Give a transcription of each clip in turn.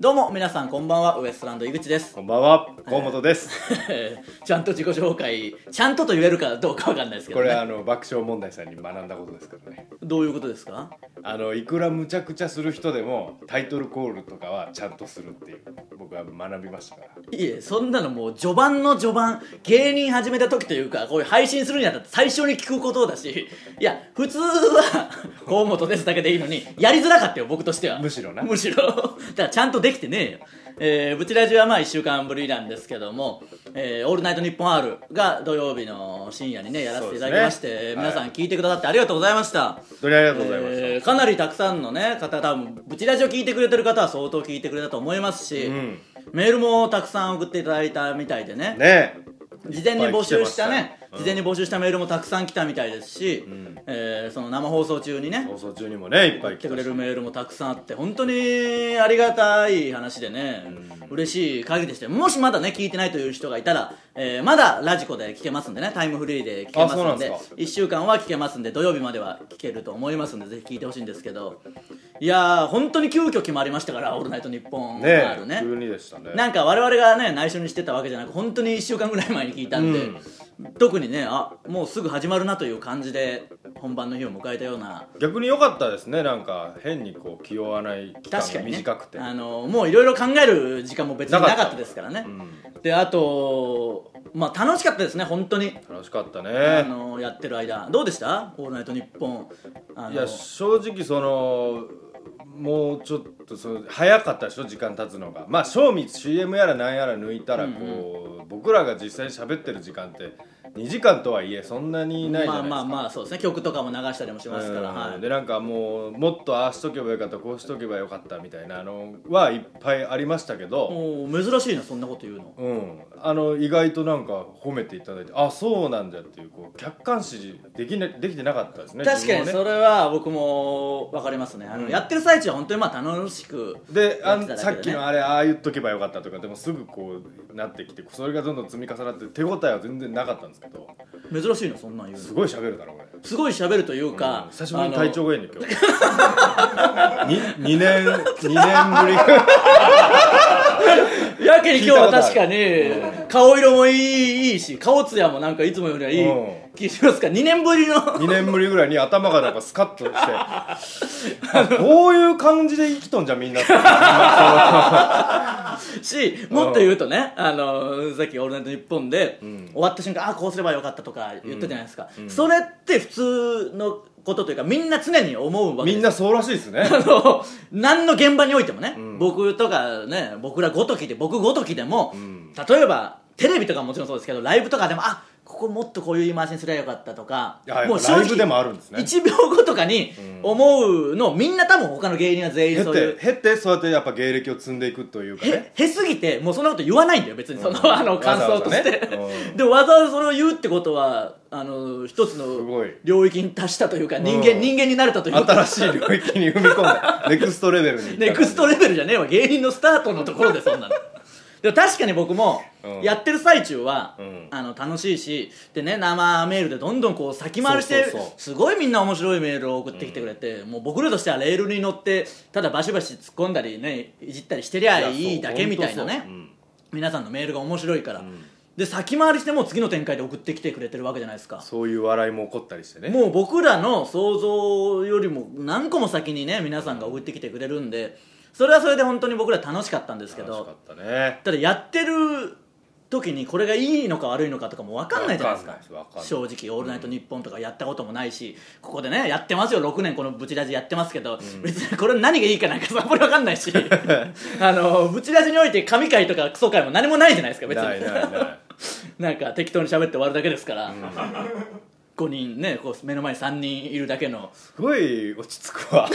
どうも皆さんこんばんはウエストランド井口ですこんばんは、河本です。 ちゃんと自己紹介ちゃんとと言えるかどうかわかんないですけど、こね、れあの爆笑問題さんに学んだことですけどね。どういうことですかあのいくらむちゃくちゃする人でもタイトルコールとかはちゃんとするっていう僕は学びましたから。いえそんなのもう序盤の序盤芸人始めた時というかこういう配信するにあたって最初に聞くことだしいや普通は河本ですだけでいいのにやりづらかったよ僕としてはむしろなむしろだからちゃんとできてねえよえー、ブチラジはまあ1週間ぶりなんですけども「えーオールナイトニッポン R」が土曜日の深夜にねやらせていただきまして、そうですね皆さはん聞いてくださってありがとうございました、本当にありがとうございました。えーかなりたくさんのね方多分ブチラジを聞いてくれてる方は相当聞いてくれたと思いますし、んメールもたくさん送っていただいたみたいでねねえ。事前に募集したいっぱい来ねてまし、た事前に募集したメールもたくさん来たみたいですし、えーその生放送中にね放送中にもねいっぱい来て来てくくれれるる。メールもたくさんあって本当にありがたい話でね、嬉しい限りでしてもしまだね聞いてないという人がいたら、えーまだラジコで聞けますんでねタイムフリーで聞けますあそうなんんでですか1週間は聞けますんで土曜日までは聞けると思いますんでぜひ聞いてほしいんですけどいやー本当に急遽決まりましたから「オールナイトニッポンねえ R ね」急にでしたね。なんか我々がね内緒にしてたわけじゃなく本当に1週間ぐらい前に聞いたんで、特にねあもうすぐ始まるなという感じで本番の日を迎えたような逆に良かったですねなんか変にこう気負わない期間確かがに、ね、短くて。あのもういろいろ考える時間も別になかなっかたったですからね、であとまあ楽しかったですね本当に、楽しかったあね。のやってる間どうでした「オールナイトニッポン」あのいや正直そのもうちょっとその早かったでしょ時間経つのがまあ正味 CM やらなんやら抜いたらこう、僕らが実際に喋ってる時間って2時間とはいえそんなにないじまあゃないですか、まあまあそうですね曲とかも流したりもしますから、はうんい、でなんかもうもっとああしとけばよかったこうしとけばよかったみたいなのはいっぱいありましたけど、もう珍しいなそんなこと言うのうん、あの意外となんか褒めていただいてあそうなんだっていうこう客観視でき,、ね、できてなかったですね確かに自分そもねれは僕も分かりますねあの、やってる最中は本当にまあ楽しくであやってただけでねんさっきのあれああ言っとけばよかったとかでもすぐこうなってきてそれがどんどん積み重なって手応えは全然なかったんですけど珍しいのそんなん言うのすごい喋るだろこれ、すごい喋るというか、久しぶりにあの体調がいいね今日 に2年2年ぶりぐらいやけに今日は確かに聞いたことあ顔色もいいいいし顔つやもなんかいつもよりはいいうん気しますから2年ぶりの2年ぶりぐらいに頭がなんかスカ ッとしてあこういう感じで生きとんじゃ んみんなってしもっと言うとねあのさっき「オールナイトニッポン」で終わった瞬間あこうすればよかったとか言ったじゃないですか、それって普通のことというかみんな常に思うわけみでんすよなそうらしいですねあの何の現場においてもね、僕とかね僕らごときで僕ごときでも、例えばテレビとかもちろんそうですけどライブとかでもあここもっとこういう言い回しにすればよかったとかいやライブでもあるんですね1秒後とかに思うのみんな多分他の芸人は全減員っそういうて減ってそうやってやっぱ芸歴を積んでいくというかねへへすぎてもうそんなこと言わないんだよ別にその、あのわざわ感ざ想として、ねうでもわざわざそれを言うってことはあの一つのごい領域に達したというか人間、うん人間になれたというか新しい領域に踏み込んだネクストレベルに行ったネクストレレベルじゃねえわ芸人のスタートのところでそんなの でも確かに僕もうんやってる最中は、うんあの楽しいしでね生メールでどんどんこう先回りしてそうそうそうすごいみんな面白いメールを送ってきてくれて、もう僕らとしてはレールに乗ってただバシバシ突っ込んだりねいじったりしてりゃいいだけみたいなね、皆さんのメールが面白いから、で先回りしてもう次の展開で送ってきてくれてるわけじゃないですかそういう笑いも起こったりしてねもう僕らの想像よりも何個も先にね皆さんが送ってきてくれるんでそれはそれで本当に僕ら楽しかったんですけ楽しかどったねただやってる時にこれがいいのか悪いのかとかも分かんないじゃないですかわかんないですわかんない正直「オールナイトニッポン」とかやったこともないし、ここでねやってますよ6年このブチラジやってますけど、別にこれ何がいいかなんかさっぱり分かんない しあのブチラジにおいて神回とかクソ回も何もないじゃないですか別にないな いないなんか適当に喋って終わるだけですから、5人ねこう目の前に3人いるだけのすごい落ち着くわ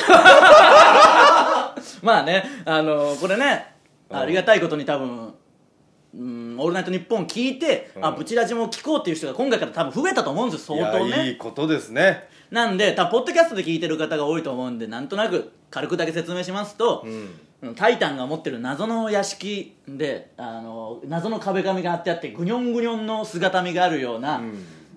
まあねあのこれねうんありがたいことに多分「うん、オールナイトニッポン」聞いて、うんあブチラジも聞こうっていう人が今回から多分増えたと思うんですよ相当いやいねいことですねなんで多分ポッドキャストで聞いてる方が多いと思うんでなんとなく軽くだけ説明しますと、うんタイタンが持ってる謎の屋敷であの謎の壁紙が貼ってあってグニョングニョンの姿見があるような、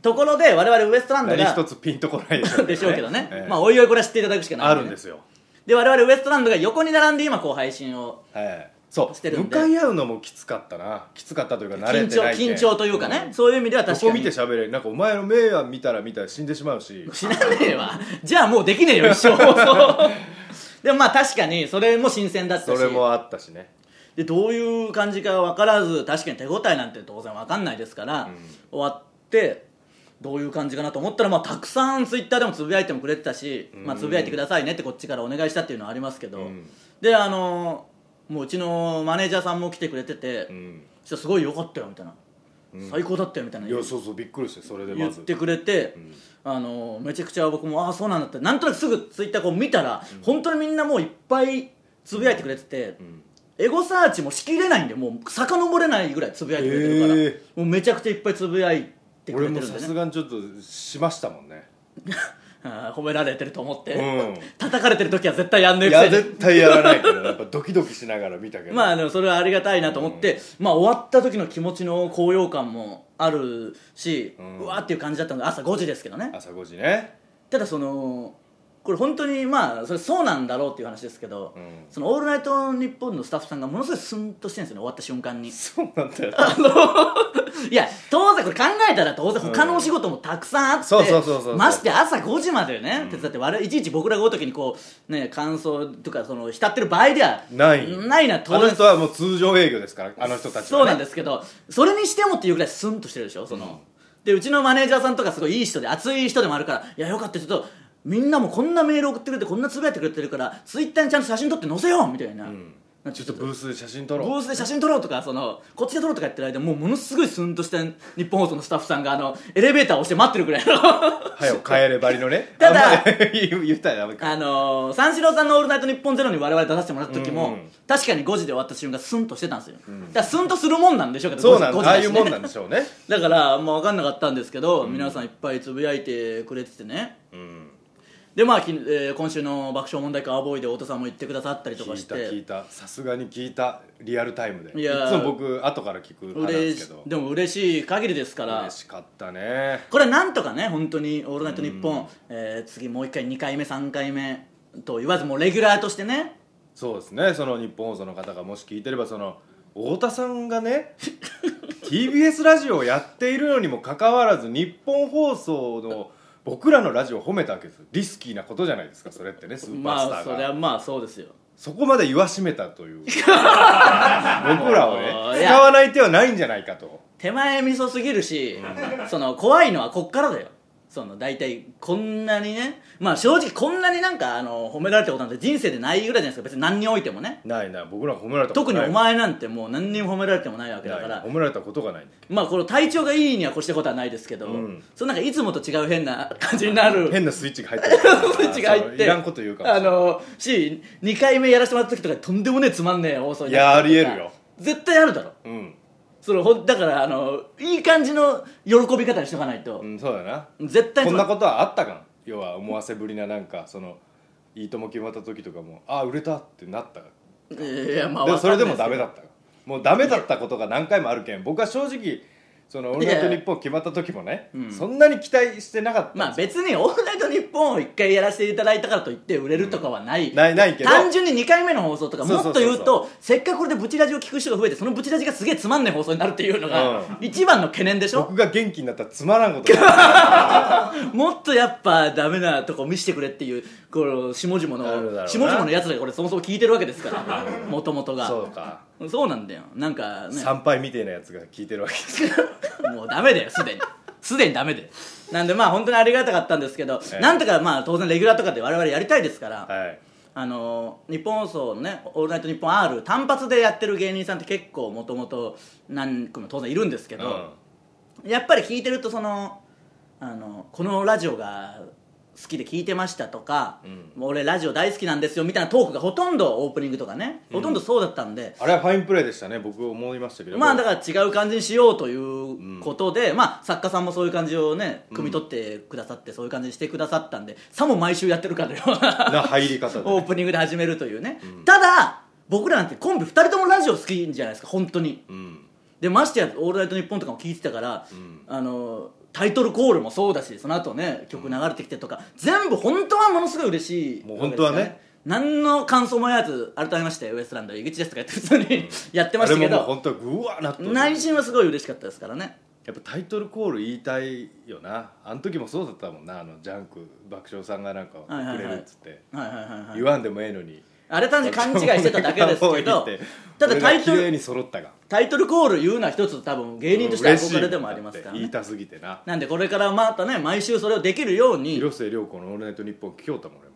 ところで我々ウエストランド何が一つピンとこ ないでしょうけどね、ええまあおいおいこれは知っていただくしかないあるんですすよで我々ウエストランドが横に並んで今こう配信をはいそしてうる向んでかい合うのもきつかったなきつかったというか慣れ緊て張ないけん緊張というかね、んそういう意味ではど確かこに見て喋れなんかお前の目は見たら見たら死んでしまうし知らねえわじゃあもうできねえよ一 生そうでもまあ確かにそれも新鮮だったそしれもあったしねでどういう感じか分からず確かに手応えなんて当然分かんないですから、終わってどういう感じかなと思ったら、まあ、たくさんツイッターでもつぶやいてもくれてたし、まあ、つぶやいてくださいねってこっちからお願いしたっていうのはありますけど、うんであのもううちのマネージャーさんも来てくれてて、うんそしたらすごい良かったよみたいな、最高だったよみたいないやそうそうびっくりしてそれで言まっずてくれて、あのめちゃくちゃ僕もああそうなんだってなんとなくすぐツイッターこう見たら、本当にみんなもういっぱいつぶやいてくれてて、エゴサーチもしきれないんでもう遡れないぐらいつぶやいてくれてるから、へもうめちゃくちゃいっぱいつぶやいてくれ俺てもるんさですねがにちょっとしましたもんねあー褒められてると思って、うん叩かれてる時は絶対やんねえいくやせに絶対やらないけどやっぱドキドキしながら見たけどまあでもそれはありがたいなと思って、まあ終わった時の気持ちの高揚感もあるし、うんわーっていう感じだったのが朝5時ですけどね朝5時ねただそのこれ本当にまあそれそうなんだろうっていう話ですけど、うんその「オールナイトニッポン」のスタッフさんがものすごいスンとしてるんですよね終わった瞬 間にそうなんだよいや当然これ考えたら当然他のお仕事もたくさんあって、そうそうそうそうまして朝5時までね、手伝って我々いちいち僕らがごときにこうね感想とかその浸ってる場合ではないないなあ当の然人はもう通常営業ですからあの人たちは、ね、そうなんですすけどそれにしてもっていうぐらいスンとしてるでしょその、うんでうちのマネージャーさんとかすごいいい人で熱い人でもあるからいやよかったちょっとみんなもこんなメール送ってくれてこんなつぶやいてくれてるからツイッターにちゃんと写真撮って載せようみたいな、なんかちょっとブースで写真撮ブろうースで写真撮ろうとかそのこっちで撮ろうとかやってる間もうものすごいスンとした日本放送のスタッフさんがあのエレベーターを押して待ってるぐらいの 早く帰ればりのねただあんまり 言う言ったらダメかあのー三四郎さんの「オールナイトニッポンゼロに我々出させてもらった時も、うんうん確かに5時で終わった瞬間スンとしてたんですよ、だからスンとするもんなんでしょうけどそうなん5だ時ああだいしうねもんなんでしょうね、だからあんま分かんなかったんですけど、皆さんいっぱいつぶやいてくれててねうん、でまあき、えー今週の爆笑問題カーボーイで太田さんも言ってくださったりと聞かいした聞いてたさすがに聞いたリアルタイムでいいやーつも僕後から聞く派なんで嬉すしけどでも嬉しい限りですから嬉しかったねこれなんとかね本当に「オールナイトニッポン」えー次もう1回2回目3回目と言わずもうレギュラーとしてねそうですねその日本放送の方がもし聞いてればその太田さんがね TBS ラジオをやっているのにもかかわらず日本放送の僕らのラジオを褒めたわけですリスキーなことじゃないですかそれってねスーパースタまあーそが、れはまあそうですよそこまで言わしめたという 僕らをもうねいや使わない手はないんじゃないかと手前味噌すぎるし、その怖いのはこっからだよその大体こんなにねまあ正直こんなになんかあの褒められたことなんて人生でないぐらいじゃないですか別に何においてもねないな僕らが褒められたこと特にないお前なんてもう何にも褒められてもないわけだかないら褒められたことがないまあこの体調がいいには越したことはないですけど、うんそのなんかいつもと違う変な感じにな る変なスイッチが入ってる ススイッチが入っていらんこと言うかもしあれないのし2回目やらせてもらった時とかとんでもねえつまんねえ放送にいやなあったりりとえかるよ絶対あるだろうん、そのほんだからあのいい感じの喜び方にしとかないとう、ん、そうだな絶対こつんまなことはあったかん要は思わせぶりななんかその「いいとも」決まった時とかも「ああ売れた」ってなったかいやまあらでもそれでもわかダんないすメだったからもうダメだったことが何回もあるけん僕は正直「そのオールナイトニッポン」決まった時もね、そんなに期待してなかったんですよまあ別に「オールナイトニッポン」を1回やらせていただいたからといって売れるとかはない、ないないけど単純に2回目の放送とかそうもそうっそとうそう言うとせっかくこれでブチラジを聞く人が増えてそのブチラジがすげえつまんない放送になるっていうのがう一番の懸念でしょ僕が元気になったらつまらんことがもっとやっぱダメなとこ見せてくれっていうこの下々なるだろうのな下々のやつらがこれそもそも聞いてるわけですからもともとがそうかそうなんだよなんかね参拝みてえなやつが聞いてるわけです もうダメだよすでにすでにダメでなんでまあ本当にありがたかったんですけど、ええなんとかまあ当然レギュラーとかで我々やりたいですから、はいあの日本放送のね「オールナイトニッポン R」単発でやってる芸人さんって結構もともと何組も当然いるんですけうどん、やっぱり聞いてるとそのあのこのラジオが好きで聞いてましたとか、もう俺ラジオ大好きなんですよみたいなトークがほとんどオープニングとかねほとんどそうだったんで、あれはファインプレーでしたね僕思いましたけどまあだから違う感じにしようということで、まあ作家さんもそういう感じをね汲み取ってくださって、そういう感じにしてくださったんでさも毎週やってるからようなな入り 方でオーねプニングで始めるというね、ただ僕らなんてコンビ2人ともラジオ好きじゃないですか本当にうんでましてや「オールナイトニッポン」とかも聞いてたから、あのタイトルコールもそうだしその後ね曲流れてきてとか、全部本当はものすごい嬉しいもう本当はねわけですよ何の感想もやず改めましてウエストランド井口ですとかやって普通にやってまあしたれけももうど本当はぐわーなっとる内心はすごい嬉しかったですからねやっぱタイトルコール言いたいよなあの時もそうだったもんなあのジャンク爆笑さんがなんかはいはいはいくれるっつってはいはいはいはい言わんでもええのにあれ単純に勘違いしてただけですけ どたただだタタイイトトル綺麗ルに揃ったがタイトルコール言うのは一つ多分芸人として憧れでもありますからうん嬉しいもんだねって言いたすぎてななんでこれからまたね毎週それをできるように広末涼子の「オールナイトニッポン」聞きようたもん俺も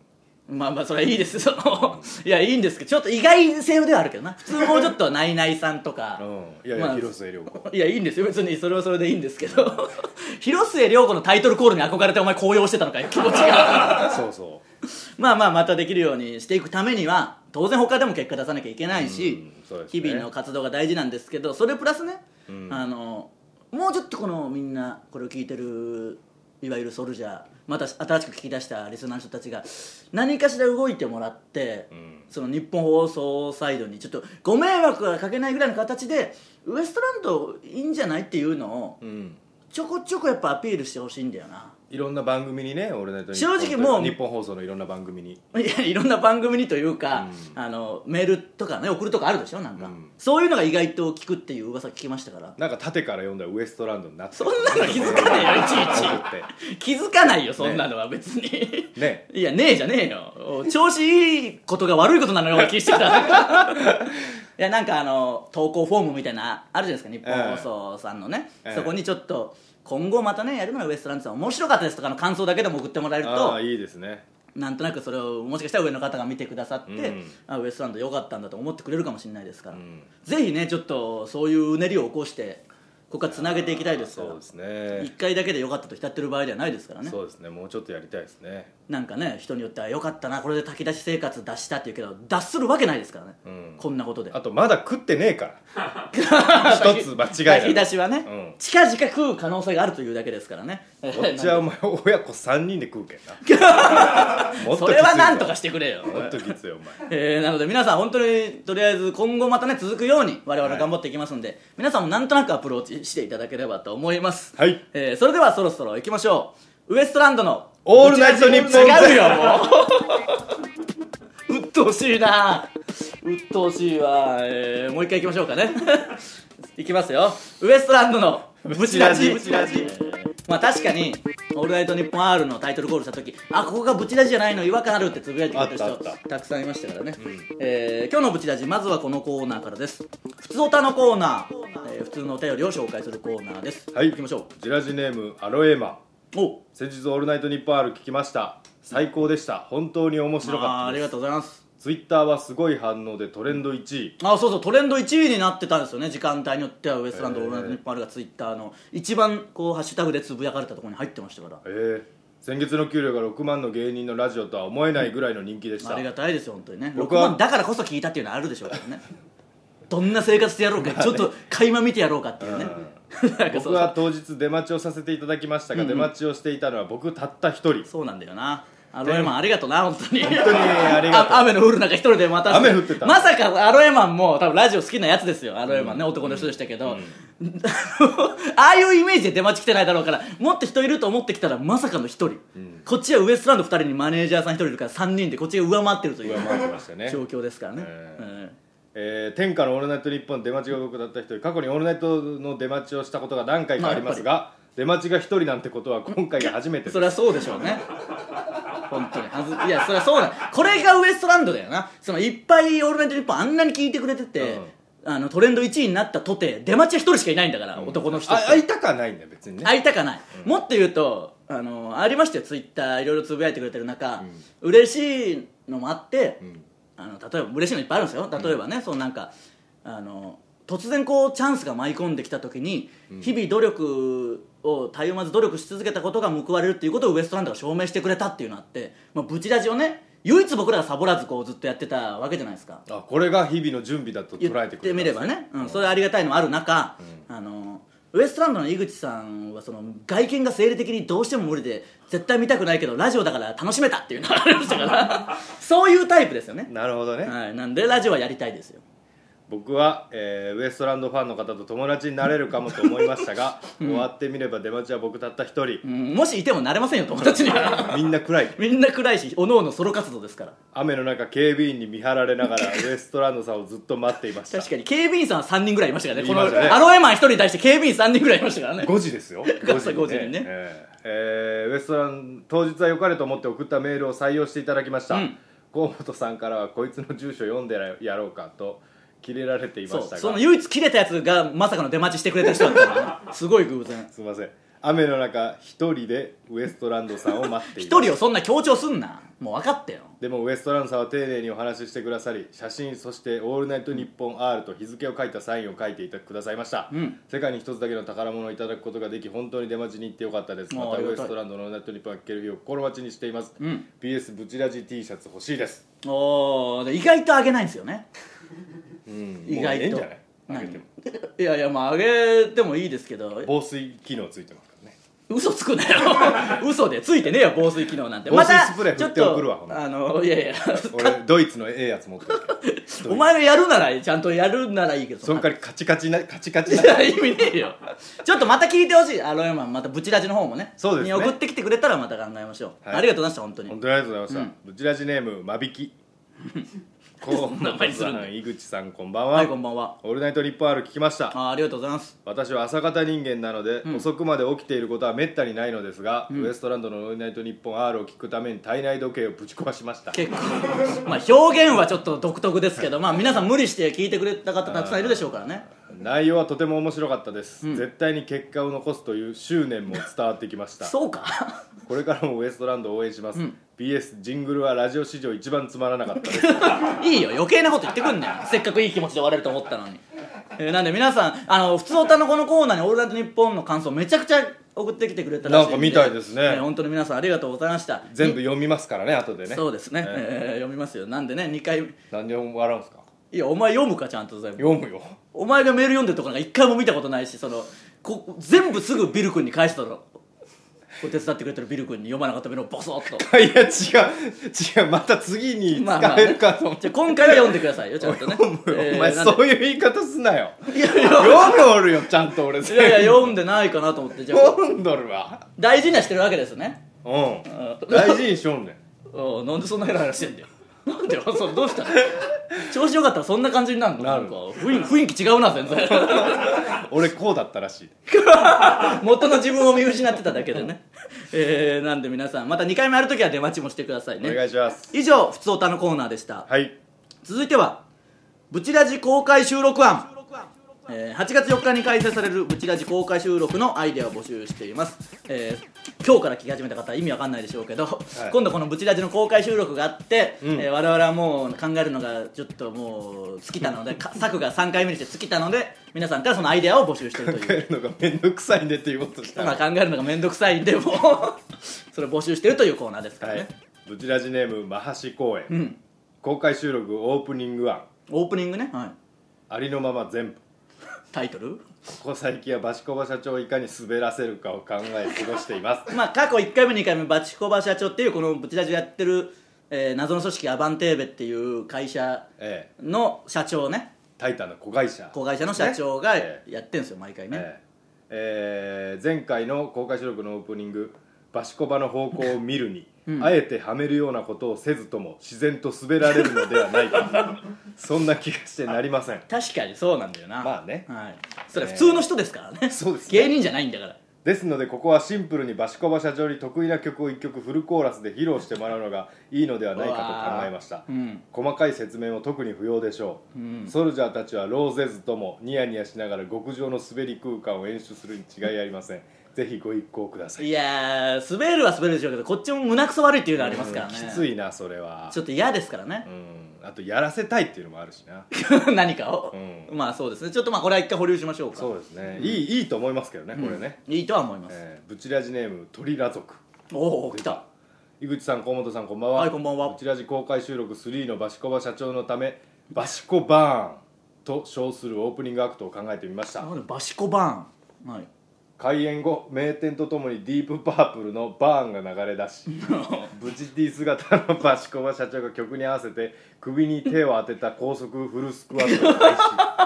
まあまあそれはいいですそのいやいいんですけどちょっと意外性ではあるけどな普通もうちょっとナイナイさんとか、うんいやいや、まあ広末涼子いやいいんですよ別にそれはそれでいいんですけど 広末涼子のタイトルコールに憧れてお前高揚してたのかよ気持ちがそうそまあまあまたできるようにしていくためには当然他でも結果出さなきゃいけないし、うんそうです日ね々の活動が大事なんですけどそれプラスね、うんあのもうちょっとこのみんなこれを聞いてるいわゆるソルジャーまた新しく聞き出したリスナーの人たちが何かしら動いてもらって、うんその日本放送サイドにちょっとご迷惑はかけないぐらいの形でウエストランドいいんじゃないっていうのをううんちょこちょこやっぱアピールしてほしいんだよないろんな番組にね「オールナイトニッポン」正直もう日本放送のいろんな番組に いやいろんな番組にというか、あのメールとかね送るとかあるでしょなんか、うんそういうのが意外と聞くっていう噂聞きましたから なんか縦から読んだらウエストランドになってそんなの気づかねえよいちいち気づかないよそんなのは別に、 ねいやねえじゃねえよ調子いいことが悪いことなのような気してた いやなんかあの投稿フォームみたいなあるじゃないですか日本放送さんのね、ええそこにちょっと今後またねやるのがウエストランドさん面白かったですとかの感想だけでも送ってもらえるあとあいいですねなんとなくそれをもしかしたら上の方が見てくださって、うんあウエストランド良かったんだと思ってくれるかもしれないですから、んぜひねちょっとそういううねりを起こしてここからつなげていきたいですかそうらですね一回だけで良かったと浸ってる場合ではないですからねそうですねもうちょっとやりたいですねなんかね人によっては良かったなこれで炊き出し生活出したっていうけど脱するわけないですからね、うんこんなことであとまだ食ってね えから一つ間違炊きいな出いしはね、うん近々食う可能性があるというだけですからねこっちはお前親子3人で食うけんなもっ そときついれぞはなんとかしてくれよもっときついよお前 えーなので皆さん本当にとりあえず今後またね続くように我々頑張っていきますんで、皆さんもなんとなくアプローチしていただければと思います、はいえーそれではそろそろ行きましょうウエストランドのオールナイトニッポンゼロ違うよも う鬱陶しいな鬱陶しいわ、えーもう一回行きましょうかね いきますよウエストランドのブチラジブチラジまあ確かに「オールナイトニッポン R」のタイトルコールした時あここがブチラジじゃないの違和感あるってつぶやいてくれてるあったあっ人たくさんいましたからね、えー今日のブチラジまずはこのコーナーからです普通歌のコーナー、えー普通のお便りを紹介するコーナーですはい行きましょジラジネームアロエーマうお先日「オールナイトニッポン R」聞きました最高でした本当に面白あーかあったりでがすとうございますツイッターはすごい反応でトレンド1位あそうそうトレンド1位になってたんですよね時間帯によってはウエストランド、えーオールナイトニッポン R がツイッターの一番こうハッシュタグでつぶやかれたところに入ってましたからえー先月の給料が6万の芸人のラジオとは思えないぐらいの人気でしたありがたいですよ本当にね僕6は万だからこそ聞いたっていうのはあるでしょうから ねどんな生活してやろうか、ちょっと垣間見てやろうかっていうね、 なんかそ僕うは当日出待ちをさせていただきましたが、出待ちをしていたのは僕たった一人そうなんだよなアロエマンありがとうな本当に本当にありがとう雨の降る中一人でまた雨降ってたまさかアロエマンも多分ラジオ好きなやつですよアロエマンね、男の人でしたけど、 ああいうイメージで出待ち来てないだろうからもっと人いると思ってきたらまさかの一人、こっちはウエストランド二人にマネージャーさん一人いるから三人でこっちが上回ってるという上回ってました ね状況ですからね、えうーんえー天下の「オールナイトニッポン」出待ちが僕だった一人過去に「オールナイト」の出待ちをしたことが何回かありますが出待ちが一人なんてことは今回が初めてですそりゃそうでしょうね本当にはずいやそりゃそうだこれがウエストランドだよなそのいっぱい「オールナイトニッポン」あんなに聞いてくれてて、あのトレンド1位になったとて出待ちは一人しかいないんだから、男の人あ会いたかないんだよ別にね会いたかない、もっと言うとあのありましたよツイッターいろいろつぶやいてくれてる中、嬉しいのもあって、あの例えば嬉しいのいっぱいあるんですよ例えばね、そのなんかあの突然こうチャンスが舞い込んできた時に、日々努力をたゆまず努力し続けたことが報われるっていうことをウエストランドが証明してくれたっていうのがあって、まあ、ブチラジをね唯一僕らがサボらずこうずっとやってたわけじゃないですかあこれが日々の準備だと言捉えてっくれてたみればね、うん、それありがたいのもある中、あのウエストランドの井口さんはその外見が生理的にどうしても無理で絶対見たくないけどラジオだから楽しめたっていうの がありましたからそういうタイプですよね、なるほどね、はい、なんでラジオはやりたいですよ僕は、えーウエストランドファンの方と友達になれるかもと思いましたが、終わってみれば出待ちは僕たった一人うんもしいてもなれませんよ友達に はみんな暗いみんな暗いしおのおのソロ活動ですから雨の中警備員に見張られな がらウエストランドさんをずっと待っていました確かに警備員さんは3人ぐらいいましたからねこのいましたねアロエマン1人に対して警備員3人ぐらいいましたからね5時ですよ5朝5時にねえーえーウエストラン当日は良かれと思って送ったメールを採用していただきました、うん河本さんからはこいつの住所読んでやろうかとキレられていそましたうがその唯一切れたやつがまさかの出待ちしてくれた人だったからねすごい偶然すいません雨の中一人でウエストランドさんを待っています一人をそんな強調すんなもう分かってよでもウエストランドさんは丁寧にお話ししてくださり写真そして「オールナイトニッポン R」と日付を書いたサインを書いていたくださいました、ん世界に一つだけの宝物をいただくことができ本当に出待ちに行ってよかったですもうまたありウがエたいストランドの「オールナイトニッポン」が聞ける日を心待ちにしています、ん PS ブチラジ T シャツ欲しいです、おお意外とあげないんですよねうん意外ともうええんじゃない開けてもいやいやまああげてもいいですけど防水機能ついてますからね嘘つく なよ嘘でついてねえよ防水機能なんて防ま水たスプレー振ってちょと送るわほんならあのいやいや俺ドイツのええやつ持ってる けどお前がやるならちゃんとやるならいいけどそんからカチカチなカチカチいなや意味ねえよちょっとまた聞いてほしいアロエマンまたブチラジの方もねそうですにね送ってきてくれたらまた考えましょう、はいありがとうございました本当に本当にありがとうございました、ブチラジネーム間 引きこう名前にするんだ井口さんこんばんは、はいこんばんはオールナイトリップ R 聞きましたあーありがとうございます私は朝方人間なので、遅くまで起きていることはめったにないのですが、ウエストランドの「オールナイトニッポン R」を聞くために体内時計をぶち壊しました結構まあ表現はちょっと独特ですけどまあ皆さん無理して聞いてくれた方たくさんいるでしょうからね内容はとても面白かったです、絶対に結果を残すという執念も伝わってきましたそうか これからもウエストランドを応援します、BS ジングルはラジオ史上一番つまらなかったですいいよ余計なこと言ってくんねんせっかくいい気持ちで終われると思ったのに、えーなんで皆さんあの普通おたのこのコーナーに「オールナイトニッポン」の感想めちゃくちゃ送ってきてくれたらしいでなんかみたいですねえー本当に皆さんありがとうございました全部読みますからね後でねそうですね、ええー読みますよなんでね2回何で笑うんすかいやお前読むかちゃんと全部読むよ お前がメール読んでるとこなんか一回も見たことないしそのこ全部すぐビル君に返したろこれ手伝ってくれてるビル君に読まなかったメールをボソッといや違う違うまた次にまあま使あえねるかと思って、じゃあ今回は読んでくださいよちゃんとね読むよ えー お前なんでそういう言い方すなよいやいや読んどるよちゃんと俺いやいや読んでないかなと思ってじゃあ読んどるわ大事にはしてるわけですねうん大事にしよんねんおうなんでそんなヘラヘラしてんだよなんでよそれどうしたの調子よかったらそんな感じになるのななるんか雰囲雰囲気違うな全然 俺こうだったらしい元の自分を見失ってただけでねえー、なんで皆さんまた2回目ある時は出待ちもしてくださいお願ねいします以上「ふつおた」のコーナーでしたはい続いては「ブチラジ公開収録案」えー8月4日に開催されるブチラジ公開収録のアイデアを募集しています、えー今日から聞き始めた方は意味わかんないでしょうけど、い今度このブチラジの公開収録があって、うんえー我々はもう考えるのがちょっともう尽きた のでか策が3回目にして尽きたので皆さんからそのアイデアを募集してると考いうえるのがめんどくさいねって言おうと したまあら考えるのが面倒くさいんでもう それを募集してるというコーナーですからはね、いブチラジネームマハシ公う園ん公開収録オープニング案オープニングね、はい、ありのまま全部タイトルここ最近はバシコバ社長をいかに滑らせるかを考え過ごしていますまあ過去1回目2回目バチコバ社長っていうこのブチラジをやってる、えー謎の組織アバンテーベっていう会社ええの社長ねタイタンの子会社子会社の社長がねえやってんですよ毎回ね、えええー前回の公開収録のオープニング「バシコバの方向を見るに」あえてはめるようなことをせずとも自然と滑られるのではないかそんな気がしてなりません確かにそうなんだよなまあねはい、それは普通の人ですからね、そうですね芸人じゃないんだからですのでここはシンプルにバシコバ社長に得意な曲を1曲フルコーラスで披露してもらうのがいいのではないかと考えました、うわーうん細かい説明も特に不要でしょう、ソルジャーたちはローゼズともニヤニヤしながら極上の滑り空間を演出するに違いありませんぜひご一行くださいいやー滑るは滑るでしょうけどこっちも胸くそ悪いっていうのありますからねうんきついなそれはちょっと嫌ですからねう、んあとやらせたいっていうのもあるしな 何かを、うまあそうですねちょっとまあこれは一回保留しましょうかそうですね、いいいいと思いますけどねこれね、いいとは思います、えーブチラジネーム鳥ラ族おお来た井口さん河本さんこんばんははいこんばんはブチラジ公開収録3のバシコバ社長のためバシコバーンと称するオープニングアクトを考えてみましたあでもバシコバーンはい開演後名店とともにディープパープルのバーンが流れ 出しブチティ姿のバシコバ社長が曲に合わせて首に手を当てた高速フルスクワットを開始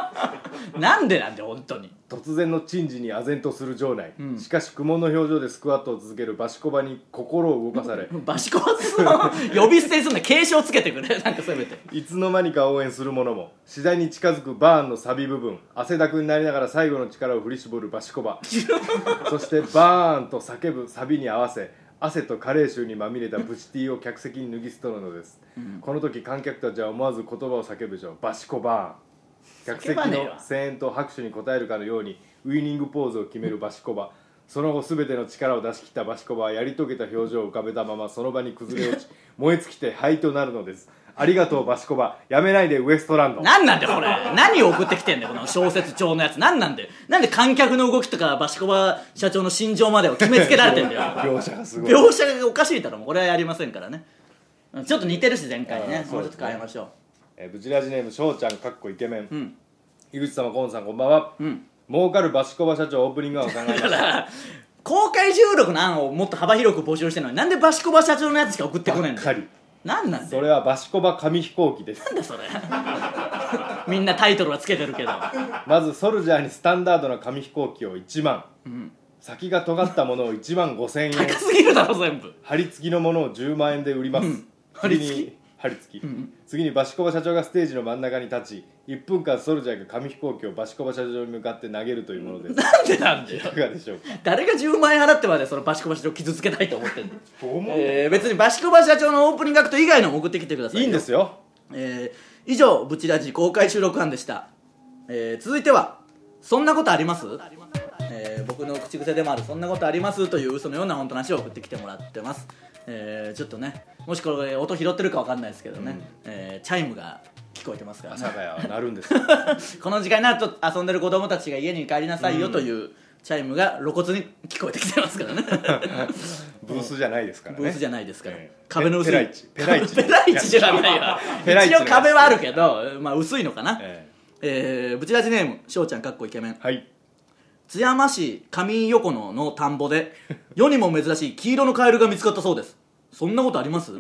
なんでなんで本当に突然の珍事に唖然とする場内、しかし苦悶の表情でスクワットを続けるバシコバに心を動かされ バシコバスの呼び捨てにすんな警鐘つけてくれ なんかせめていつの間にか応援する者も次第に近づくバーンのサビ部分汗だくになりながら最後の力を振り絞るバシ コバそしてバーンと叫ぶサビに合わせ汗と加齢臭にまみれたブチティを客席に脱ぎ捨てるのです、この時観客たちは思わず言葉を叫ぶでしょうバシコバーン客席叫ばねえわの声援と拍手に応えるかのようにウイニングポーズを決めるバシコバその後全ての力を出し切ったバシコバはやり遂げた表情を浮かべたままその場に崩れ 落ち燃え尽きて灰となるのですありがとうバシコバやめないでウエストランド何なんだよこれ何を送ってきてんだよこの小説帳のやつ何なんだよなんで観客の動きとかバシコバ社長の心情までを決めつけられてんだよ描写がすごい描写がおかしいだろもうこれはやりませんからねうんちょっと似てるし前回あねーもそううちょですねっと変えましょえーブチラジネームしょうちゃんかっこイケメン、ん井口様コンさんこんばんは、ん儲かるバシコバ社長オープニングはお考えまうしだか たら公開収録の案をもっと幅広く募集してるのになんでバシコバ社長のやつしか送ってこないんばっだかより何なんだそよれはバシコバ紙飛行機ですなんだそれ みんなタイトルはつけてるけどまずソルジャーにスタンダードな紙飛行機を1万、先が尖ったものを1万5000円高すぎるだろ全部張り付きのものを10万円で売ります、張り付き次に張り付き、次にバシコバ社長がステージの真ん中に立ち1分間ソルジャーが紙飛行機をバシコバ社長に向かって投げるというものです、いなんでなんだよかがでしょうか誰が10万円払ってまでそのバシコバ社長を傷つけたいと思ってんのどうもえー別にバシコバ社長のオープニングアクト以外のも送ってきてください、いいんですすよえー以上ブチラジ公開収録案でした、えー続いては「そんなことあります?」えー僕の口癖でもある「そんなことあります?」という嘘のような本当の話を送ってきてもらってます、えーちょっとねもしこれ音拾ってるかわかんないですけどね、えーチャイムが聞こえてますからね阿佐ヶ谷はなるんですよ この時間になると遊んでる子供たちが家に帰りなさいよというチャイムが露骨に聞こえてきてますからね ブースじゃないですからねブースじゃないですから、ええ壁の薄いペライチペライチ壁ペライチじゃないわ ペライチ一応壁はあるけどまあ薄いのかなええー、ブチラジネームしょうちゃんかっこイケメンえはい津山市上横野の田んぼ で世にも珍しい黄色のカエルが見つかったそうですそんなことあります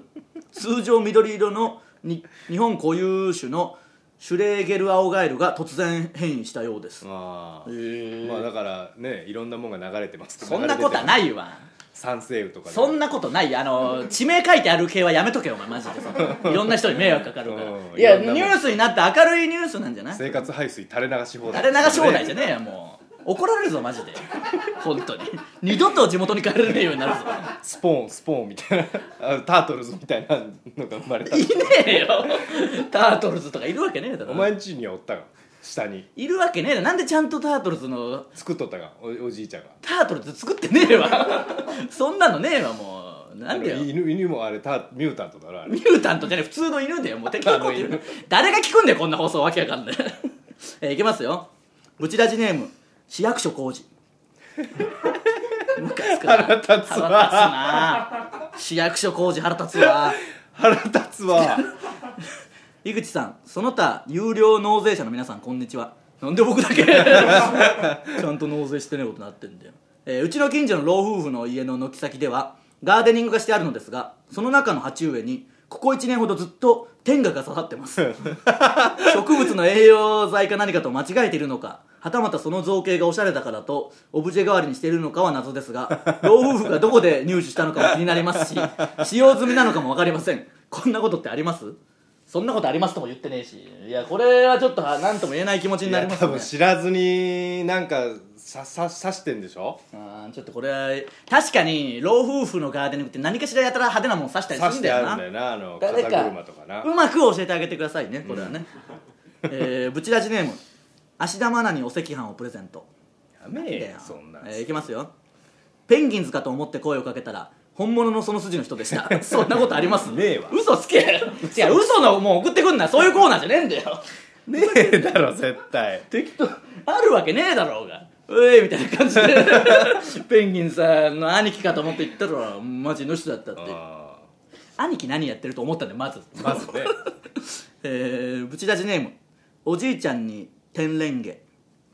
通常緑色のに日本固有種のシュレーゲルアオガエルが突然変異したようですまあ、ーまあだからねいろんなもんが流れてますそんなことはないいわ酸性雨とかでそんなことないあの地名書いてある系はやめとけよお前マジで そのいろんな人に迷惑かかるからうんいやいろんなもんニュースになって明るいニュースなんじゃない生活排水垂れ流し放題誰流し放題じゃゃねえよもう怒られるぞマジで本当に二度と地元に帰れねえようになるぞスポーンスポーンみたいなあタートルズみたいなのが生まれたいねえよタートルズとかいるわけねえだろお前んちにはおったが下にいるわけねえだろなんでちゃんとタートルズの作っとったがおおじいちゃんがタートルズ作ってねえわそんなのねえわもうなんであよの犬犬もあれターミュータントだろあれミュータントじゃない普通の犬だよもう適当なこと言うあの犬誰が聞くんだよこんな放送わけわかんない えーいきますよブチラジネーム市役所工事ムカつくな腹立つ腹わ立つな市役所工事腹立つわ腹立つわ井口さんその他有料納税者の皆さんこんにちはなんで僕だけちゃんと納税してねえことになってんだよ、えーうちの近所の老夫婦の家の軒先ではガーデニングがしてあるのですがその中の鉢植えにここ1年ほどずっと天下が刺さってます植物の栄養剤か何かと間違えているのかはたまたその造形がおしゃれだからとオブジェ代わりにしているのかは謎ですが老夫婦がどこで入手したのかも気になりますし使用済みなのかも分かりませんこんなことってありますそんなことありますとも言ってねえしいやこれはちょっとは何とも言えない気持ちにいなやります多分ね知らずになんかささ刺してんでしょあーちょっとこれは確かに老夫婦のガーデニングって何かしらやたら派手なもん刺したり刺するんしだてよなあるんだよなあの誰風か車とかなうまく教えてあげてくださいねこれはね、えー、ブチラジネーム芦田愛菜にお赤飯をプレゼントやめえよだよそんなえーいきますよペンギンズかと思って声をかけたら本物のその筋の人でした そんなことありますねえわ嘘 つけ違う嘘のもう送ってくんなそういうコーナーじゃねえんだよねえだろ絶対適当あるわけねえだろうがうえいみたいな感じでペンギンさんの兄貴かと思って言ったらマジの人だったっていうあ兄貴何やってると思ったんでまずー まずねえー、ブチラジネームおじいちゃんに天レンゲ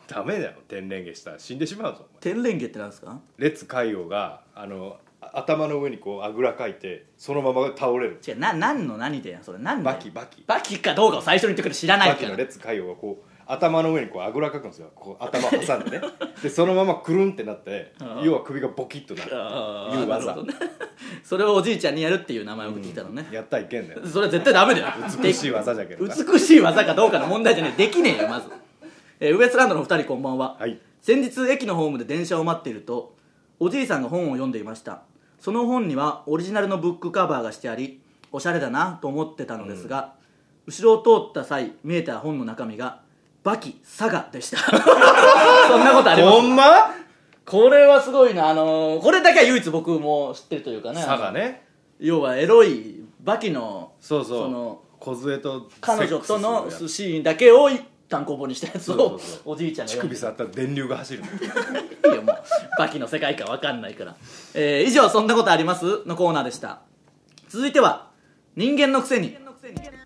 ダメだよ天然毛したら死んでしまうぞお前天然毛ってなんですか列海王があのあ頭の上にこうあぐらかいてそのまま倒れる違うな何の何でやんそれ何でバキバキバキかどうかを最初に言ってくれ知らないバかキのら列海王がこう頭の上にこうあぐらかくんですよこう頭挟ん でねでそのままくるんってなってあ要は首がボキッとなるあーいう技なるほどねそれをおじいちゃんにやるっていう名前を聞いたのね、やったらいけんだよそれは絶対ダメだよ美しい技じゃけどな美しい技かどうかの問題じゃねえできねえよまず、えーウエストランドのお二人こんばんは、はい先日駅のホームで電車を待っているとおじいさんが本を読んでいましたその本にはオリジナルのブックカバーがしてありおしゃれだなと思ってたのですが、後ろを通った際見えた本の中身が「バキ佐賀」でした そんなことありますほんまこれはすごいなあのーこれだけは唯一僕も知ってるというかね佐賀ね要はエロいバキのそうそうその梢と彼女とのセックスするやシーンだけを単行本にしたやつそうそをうそうおじいちゃんつが読ん乳首で触ったら電流が走るいいよもうバキの世界観わかんないから、えー以上「そんなことあります?」のコーナーでした続いては「人間のくせに」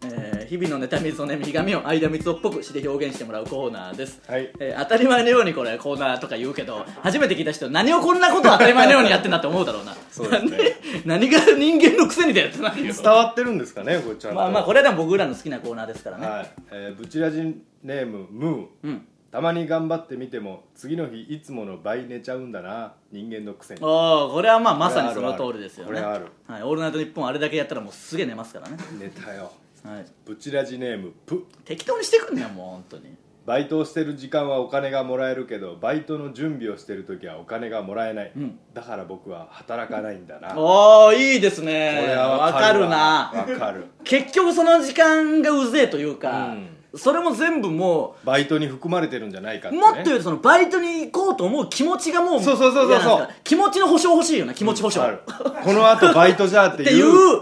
えー日々の妬みそねみひがみを相田みつをっぽく詩で表現してもらうコーナーです、はいえー当たり前のようにこれコーナーとか言うけど初めて聞いた人何をこんなこと当たり前のようにやってんだって思うだろうなそうですねなん で何が人間のくせにだよってな るよ伝わってるんですかねこれちゃんとまあまあこれはでも僕らの好きなコーナーですからね、はい、えーブチラジネームムー、うんたまに頑張ってみても次の日いつもの倍寝ちゃうんだな人間のくせにおおこれはまあまさにその通りですよねこれはあるはい、オールナイトニッポンあれだけやったらもうすげえ寝ますからね、寝たよはい、ブチラジネームプ適当にしてくんねんもう本当にバイトをしてる時間はお金がもらえるけどバイトの準備をしてる時はお金がもらえない、んだから僕は働かないんだなこおおいいですねれはわわかかるるわなわかる結局その時間がうぜえというか、うんそれも全部もバイトに含まれてるんじゃないかっうて、ね、もっと言うとそのバイトに行こうと思う気持ちがもうそうそうそうそうそう嫌なんですか気持ちの保証欲しいよね気持ち保証、あるこのあとバイトじゃってっていいうう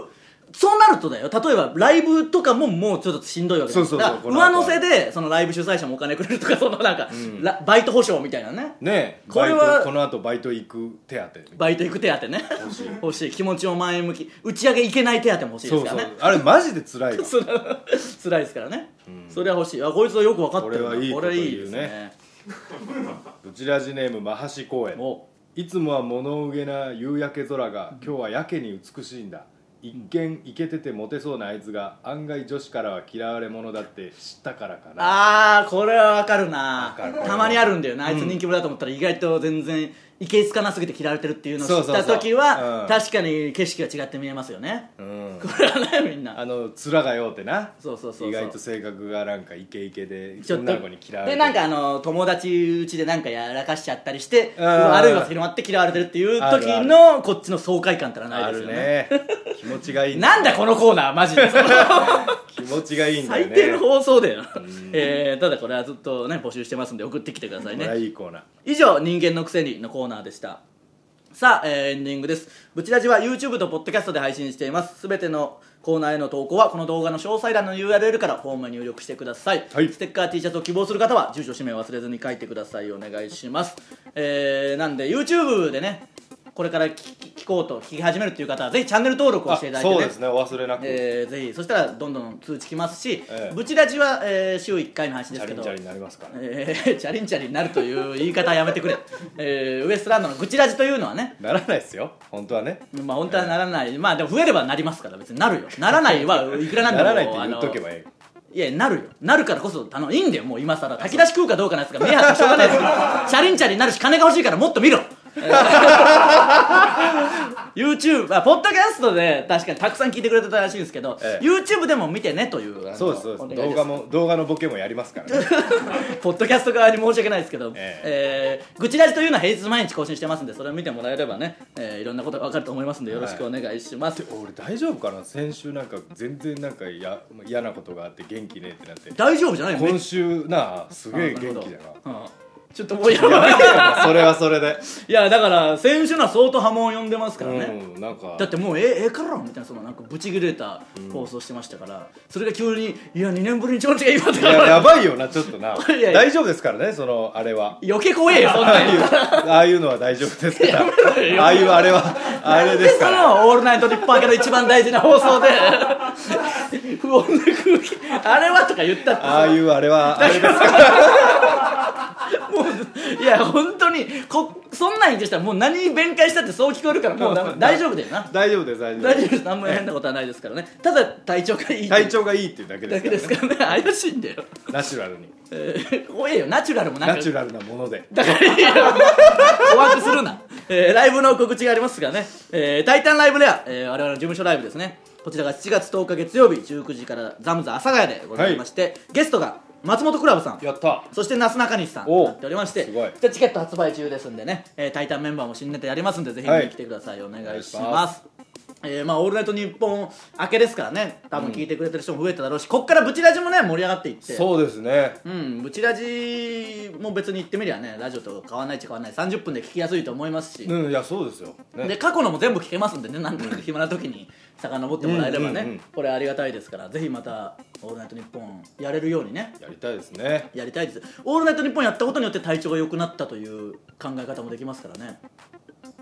そうなるとだよ例えばライブとかももうちょっとしんどいわけだそうそうそうだからこの後上乗せでそのライブ主催者もお金くれるとかそのなんか、らバイト保証みたいなねねえこバれイはトこのあとバイト行く手当みたいなバイト行く手当ね欲しい気持ちを前向き打ち上げ行けない手当も欲しいですそうかそらうねあれマジで辛いわそら辛いですからね、それは欲しいあこいつはよく分かってるなこれはいいこと言うねこれですねブチラジネームマハシ公園おいつもは物憂げな夕焼け空が今日はやけに美しいんだ一見イケててモテそうなあいつが案外女子からは嫌われ者だって知ったからかなあーこれは分かるなわかるこれはたまにあるんだよなあいつ人気者だと思ったら意外と全然いけつかなすぎて嫌われてるっていうのを知った時はそうそうそううん確かに景色が違って見えますよね、うんこれはねみんなあの面がようってな そうそうそうそう意外と性格がなんかイケイケで女の子に嫌われでてなんかあの友達うちでなんかやらかしちゃったりしてうん悪い噂広まって嫌われてるっていうある時あるのこっちの爽快感ったらなあいですよるねね気持ちがいいなんだこのコーナーマジで気持ちがいいんだ よ最ね低の放送だよ、えー、ただこれはずっとね募集してますんで送ってきてくださいこれはねいいコーナー以上「人間のくせに」のコーナーでしたさあ、えーエンディングですブチラジは YouTube と Podcast で配信していますすべてのコーナーへの投稿はこの動画の詳細欄の URL からフォームに入力してください、はいステッカー T シャツを希望する方は住所氏名を忘れずに書いてくださいお願いしますえー、なんで YouTube でねこれから聞き聞こうと聞き始めるという方はぜひチャンネル登録をあしていただいて、ね、そうですねお忘れなくえーぜひそしたらどんどん通知きますし、ええブチラジは、えー週1回の配信チですャけリンどチャリになりますからえーチャリンチャリになるという言い方はやめてくれ、えーウエストランドの愚痴ラジというのはねならないですよ本当はねまあ本当はならない、まあでも増えればなりますから別になるよならない はいくらななんでもらないって言っとけばいええいやなるよなるからこそあのいいんだよもう今さら炊き出し食うかどうかなんですが目当てしょうがないです からチャリンチャリになるし金が欲しいからもっと見ろ YouTube あポッドキャストで確かにたくさん聞いてくれてたらしいんですけど、ええ YouTube でも見てねというあのそうですそうおです願い動画も動画のボケもやりますからねポッドキャスト側に申し訳ないですけど、ええー愚痴ラジというのは平日毎日更新してますんでそれを見てもらえればね、えーいろんなことが分かると思いますんでよろしくお願いします、俺大丈夫かな先週なんか全然なんかや嫌なことがあって元気ねえってなって大丈夫じゃないよ今週なあすげえ元気だなな、うんちょっともうやばい やめろよそれはそれで、いやだから先週のは相当波紋を呼んでますからね、うんなんかだってもうえええからみたいなそのなんかブチ切れた放送してましたから、それが急にいや2年ぶりに調子がいいわっていややばいよなちょっとないやいや大丈夫ですからねそのあれは余計怖えよそんああなんいうああいうのは大丈夫ですからああいうあれはあれでですそからの「オールナイトニッポン」明けの一番大事な放送で不穏な空気あれはとか言ったってああいうあれはあれですもういや本当にこそんなん言ってしたらもう何弁解したってそう聞こえるからもうだ大丈夫だよな大丈夫です大丈夫大丈夫です何も変なことはないですからねただ体調がいい体調がいいっていうだけだけでですすかからね怪しいんだよ、らナチュラルにえー怖えよナチュラルもなんかナチュラルなものでだからいや怖くするな、 えーライブの告知がありますがね「えータイタンライブレア」えー我々の事務所ライブですねこちらが7月10日月曜日19時からザムザ阿佐ヶ谷でございまして、ゲストが松本クラブさんやったそしてなすなかにしさんおうなっておりましてすごいじゃあチケット発売中ですんでね「えータイタン」メンバーも新ネタやりますんでぜひ見はいに来てください、お願いしお願いしまますえーまあ、オールナイトニッポン明けですからね多分聞いてくれてる人も増えただろうし、こっからブチラジもね盛り上がっていってそうですねうん、ブチラジも別に言ってみりゃねラジオと変わらないっちゃ変わらない30分で聞きやすいと思いますし、うんいやそうですよねで過去のも全部聞けますんでねなんとなく暇な時に遡ってもらえればね、うんうんうんこれありがたいですからぜひまた「オールナイトニッポン」やれるようにねやりたいですねやりたいです「オールナイトニッポン」やったことによって体調が良くなったという考え方もできますからね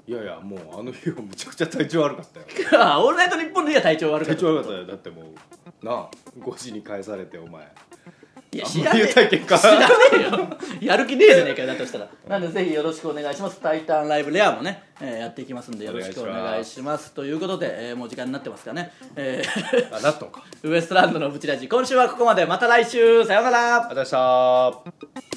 いやいやもうあの日はむちゃくちゃ体調悪かったよあーオールナイトニッポンでいや体調悪かった体調悪かったよだってもうなあ5時に返されてお前いやあん知まらねりえ言うたいけんか知らねえよやる気ねえじゃねえかよだとしたらなんでぜひよろしくお願いします「タイタンライブレア」もね、えーやっていきますんでよろしくお願いしおま願すいということで、えーもう時間になってますかね、えー あなっとんかウエストランドのブチラジ今週はここまでまた来週さようならありがとうございました